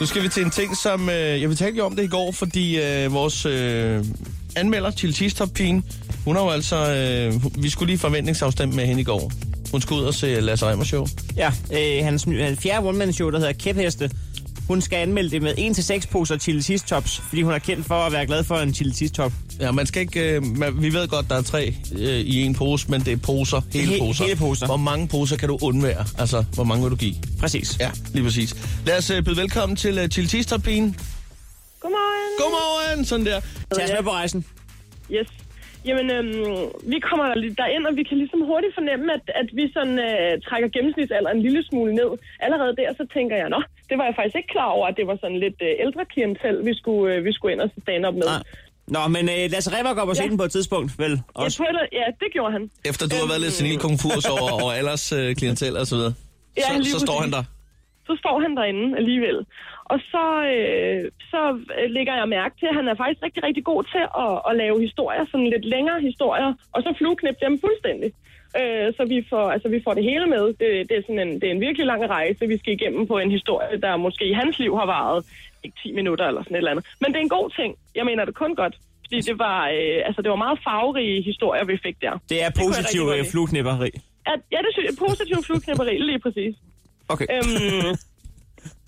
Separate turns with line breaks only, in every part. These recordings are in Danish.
Nu skal vi til en ting, som... Øh, jeg vil tale om det i går, fordi øh, vores øh, anmelder, Chill Cheese Pigen, hun har jo altså... Øh, vi skulle lige forventningsafstemme med hende i går. Hun skulle ud og se Lasse Remmer Show.
Ja, øh, hans ny- øh, fjerde one-man-show, der hedder Kæpheste. Hun skal anmelde det med 1-6 poser chili cheese tops, fordi hun er kendt for at være glad for en chili cheese top.
Ja, man skal ikke... Øh, man, vi ved godt, der er tre øh, i en pose, men det er poser. Hele
He-
poser.
hele poser.
Hvor mange poser kan du undvære? Altså, hvor mange vil du give?
Præcis.
Ja, lige præcis. Lad os øh, byde velkommen til øh, Chill Cheese Pigen.
Godmorgen.
Godmorgen! Sådan der.
Tag os med på rejsen.
Yes. Jamen, øhm, vi kommer der lidt derind, og vi kan ligesom hurtigt fornemme, at, at vi sådan, øh, trækker gennemsnitsalderen en lille smule ned. Allerede der, så tænker jeg, nå, det var jeg faktisk ikke klar over, at det var sådan lidt øh, ældre klientel, vi skulle, øh, vi skulle ind og stand op med.
Nej. Nå, men øh, Lasse Remmer går på scenen ja.
Ja.
på et tidspunkt, vel?
Jeg
Også.
tror, at, ja, det gjorde han.
Efter du har været lidt senil konkurs over, over alders øh, klientel og så videre,
Ja,
så,
lige
så står
præcis.
han der.
så står han derinde alligevel. Og så, øh, så øh, lægger jeg mærke til, at han er faktisk rigtig, rigtig god til at, at lave historier, sådan lidt længere historier, og så flueknæppe dem fuldstændig. Øh, så vi får, altså, vi får det hele med. Det, det, er sådan en, det er en virkelig lang rejse, vi skal igennem på en historie, der måske i hans liv har varet ikke 10 minutter eller sådan et eller andet. Men det er en god ting. Jeg mener det kun godt. Fordi det var, øh, altså, det var meget farverige historier, vi fik der.
Det er
kunne jeg rigtig
positiv
godt
øh,
lide.
flueknipperi.
At, ja, det synes jeg er positivt flueknæpperi, lige præcis.
Okay.
Øhm,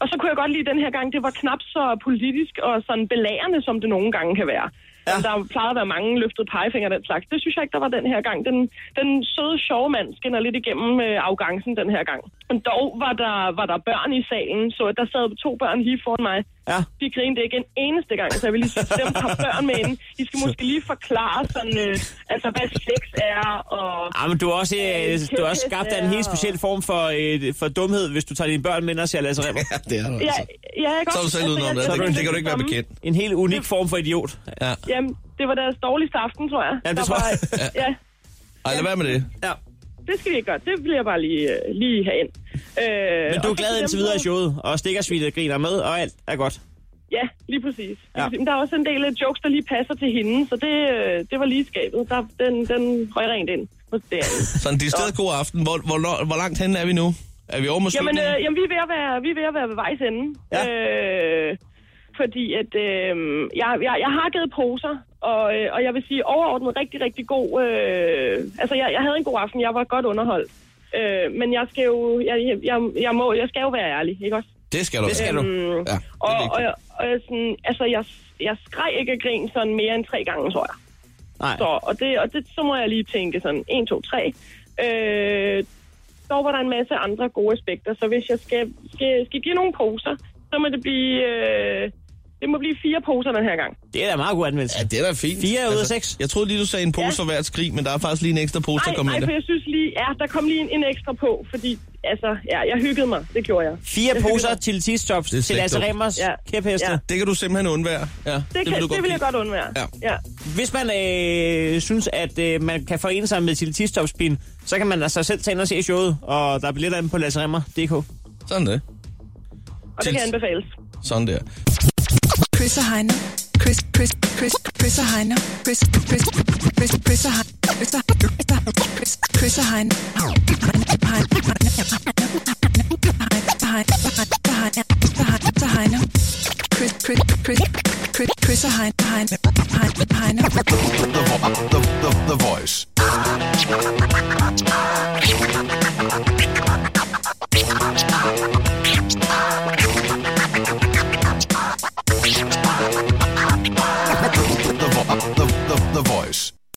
og så kunne jeg godt lide den her gang, det var knap så politisk og sådan belærende, som det nogle gange kan være. Ja. Der plejede at være mange løftede pegefinger og den slags. Det synes jeg ikke, der var den her gang. Den, den søde, sjove mand skinner lidt igennem øh, afgancen den her gang. Men dog var der, var der børn i salen, så der sad to børn lige foran mig.
Ja.
De grinede ikke en eneste gang, så jeg vil lige sige, dem der har børn med inde, de skal måske lige forklare, sådan, øh, altså, hvad sex er, og
Ja, men du er også, øh, du er også skabt af en helt speciel form for, øh, for dumhed, hvis du tager dine børn med ind og ser Lasse Remmer.
Ja, det er du
Ja,
altså.
ja, jeg
Så er du selv udenom det. Det, det kan du ikke være bekendt.
En helt unik form for idiot.
Ja.
Jamen, det var deres dårligste aften, tror jeg.
Ja, det
Der
tror
var-
jeg.
ja,
Ej, lad være med det.
Ja.
det skal vi ikke gøre. Det bliver jeg bare lige, øh, lige herind. Øh,
Men du er
og så
glad
til
indtil
dem,
videre i
så-
showet, og stikkersvinet griner med, og alt er godt.
Ja, lige præcis. Lige
Ja.
præcis. Men der er også en del af jokes, der lige passer til hende, så det, øh, det var lige skabet. Der, den, den røg rent ind hos derinde.
Sådan, det er stadig god aften. Hvor, hvor, hvor langt hen er vi nu? Er vi over mod
Jamen,
slutningen?
øh, jamen, vi er ved at være, vi er ved at være ved vejs ende.
Ja.
Øh, fordi at, øh, jeg, jeg, jeg har givet poser, og, øh, og jeg vil sige overordnet rigtig, rigtig god... Øh, altså, jeg, jeg havde en god aften, jeg var godt underholdt. Øh, men jeg skal jo, jeg, jeg- jeg, jeg, må, jeg skal jo være ærlig, ikke også?
Det skal du. Øhm, Det
skal du.
Mm,
Ja,
og,
det er
og,
vigtigt.
jeg- og jeg sådan, altså, jeg, jeg skreg ikke af grin sådan mere end tre gange, tror jeg.
Nej.
Så, og det, og det, så må jeg lige tænke sådan, 1, 2, 3. Øh, dog var der en masse andre gode aspekter, så hvis jeg skal, skal, skal give nogle poser, så må det blive, øh, det må blive fire poser den her gang.
Det er da meget god anvendelse.
Ja, det er da fint.
Fire ud af seks.
Altså, Jeg troede lige, du sagde en pose
Ja.
for hvert skrig, men der er faktisk lige en ekstra pose, der
Nej,
kommer
nej,
ind.
for jeg synes lige, ja, der kom lige en, en ekstra på, fordi altså, ja, jeg hyggede mig, det gjorde jeg.
Fire poser til tistops
Det er
til
slet
Lasse
dumt.
Remers ja.
Ja.
kæpheste. Ja.
Ja.
Det kan du simpelthen undvære. Ja,
Det, kan, det, vil jeg godt undvære.
Ja.
ja.
Hvis man øh, synes, at øh, man kan forene sig med til tistopspin, så kan man altså selv tage ind og se showet, og der er billetter inde på lasseremmer.dk.
lide. Sådan det.
Og det
Til-
kan anbefales.
Sådan der.
Chris og Heino. Chris, Chris, Chris, Chris og Heino. Chris, Chris, Chris, Chris og Heino. Chris, Chris, Chris og Heino. Heino. Chris, Chris, Chris, Chris, Chris og Heino. Heino. Heino.
The, the, the, the Voice.